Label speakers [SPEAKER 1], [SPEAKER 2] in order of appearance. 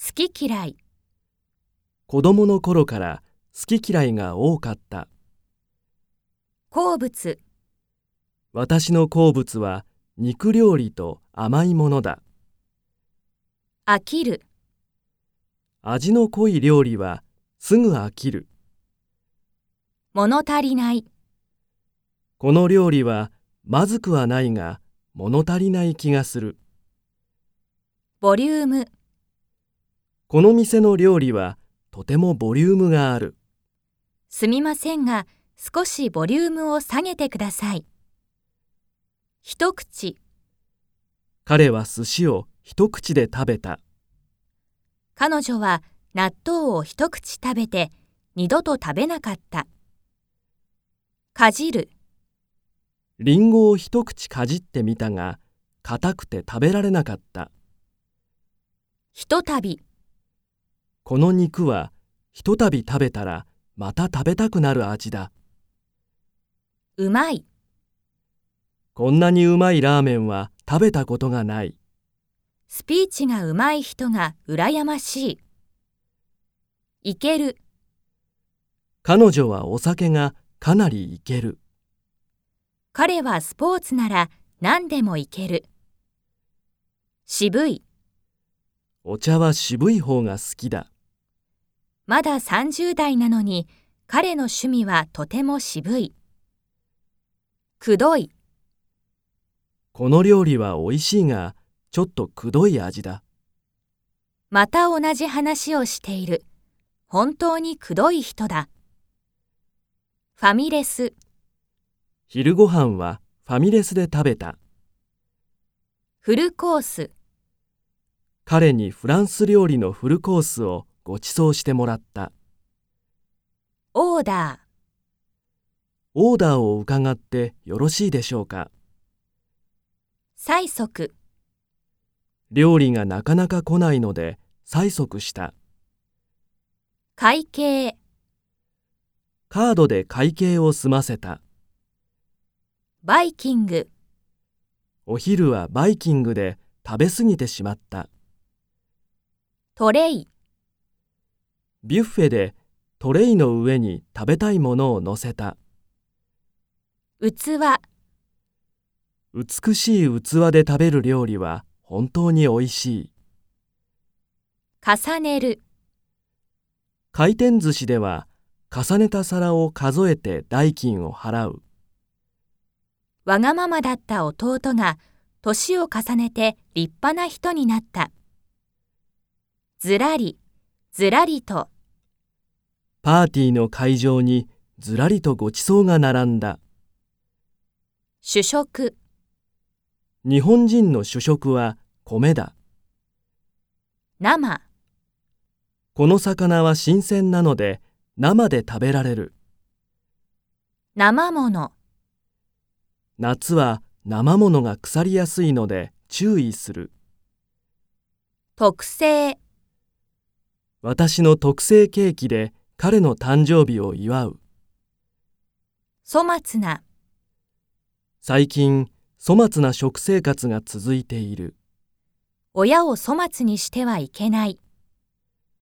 [SPEAKER 1] 好き嫌い、
[SPEAKER 2] 子供の頃から好き嫌いが多かった。
[SPEAKER 1] 好物、
[SPEAKER 2] 私の好物は肉料理と甘いものだ。
[SPEAKER 1] 飽きる、
[SPEAKER 2] 味の濃い料理はすぐ飽きる。
[SPEAKER 1] 物足りない、
[SPEAKER 2] この料理はまずくはないが物足りない気がする。
[SPEAKER 1] ボリューム、
[SPEAKER 2] この店の料理はとてもボリュームがある。
[SPEAKER 1] すみませんが、少しボリュームを下げてください。一口、
[SPEAKER 2] 彼は寿司を一口で食べた。
[SPEAKER 1] 彼女は納豆を一口食べて二度と食べなかった。かじる、
[SPEAKER 2] リンゴを一口かじってみたが硬くて食べられなかった。
[SPEAKER 1] ひとたび、
[SPEAKER 2] この肉はひとたび食べたらまた食べたくなる味だ。
[SPEAKER 1] うまい、
[SPEAKER 2] こんなにうまいラーメンは食べたことがない。
[SPEAKER 1] スピーチがうまい人が羨ましい。いける、
[SPEAKER 2] 彼女はお酒がかなりいける。
[SPEAKER 1] 彼はスポーツなら何でもいける。渋い、
[SPEAKER 2] お茶は渋い方が好きだ。
[SPEAKER 1] まだ30代なのに彼の趣味はとても渋い。くどい、
[SPEAKER 2] この料理は美味しいがちょっとくどい味だ。
[SPEAKER 1] また同じ話をしている。本当にくどい人だ。ファミレス、
[SPEAKER 2] 昼ご飯はファミレスで食べた。
[SPEAKER 1] フルコース、
[SPEAKER 2] 彼にフランス料理のフルコースをご馳走してもらった。
[SPEAKER 1] オーダー、
[SPEAKER 2] オーダーを伺ってよろしいでしょうか。
[SPEAKER 1] 催促、
[SPEAKER 2] 料理がなかなか来ないので催促した。
[SPEAKER 1] 会計、
[SPEAKER 2] カードで会計を済ませた。
[SPEAKER 1] バイキング、
[SPEAKER 2] お昼はバイキングで食べ過ぎてしまった。
[SPEAKER 1] トレイ、
[SPEAKER 2] ビュッフェでトレイの上に食べたいものを乗せた。
[SPEAKER 1] 器、
[SPEAKER 2] 美しい器で食べる料理は本当に美味しい。
[SPEAKER 1] 重ねる、
[SPEAKER 2] 回転寿司では重ねた皿を数えて代金を払う。
[SPEAKER 1] わがままだった弟が年を重ねて立派な人になった。ずらり、ずらりと、
[SPEAKER 2] パーティーの会場にずらりとご馳走が並んだ。
[SPEAKER 1] 主食、
[SPEAKER 2] 日本人の主食は米だ。
[SPEAKER 1] 生、
[SPEAKER 2] この魚は新鮮なので生で食べられる。
[SPEAKER 1] 生もの、
[SPEAKER 2] 夏は生ものが腐りやすいので注意する。
[SPEAKER 1] 特製。
[SPEAKER 2] 私の特製ケーキで彼の誕生日を祝う。
[SPEAKER 1] 粗末な、
[SPEAKER 2] 最近、粗末な食生活が続いている。
[SPEAKER 1] 親を粗末にしてはいけない。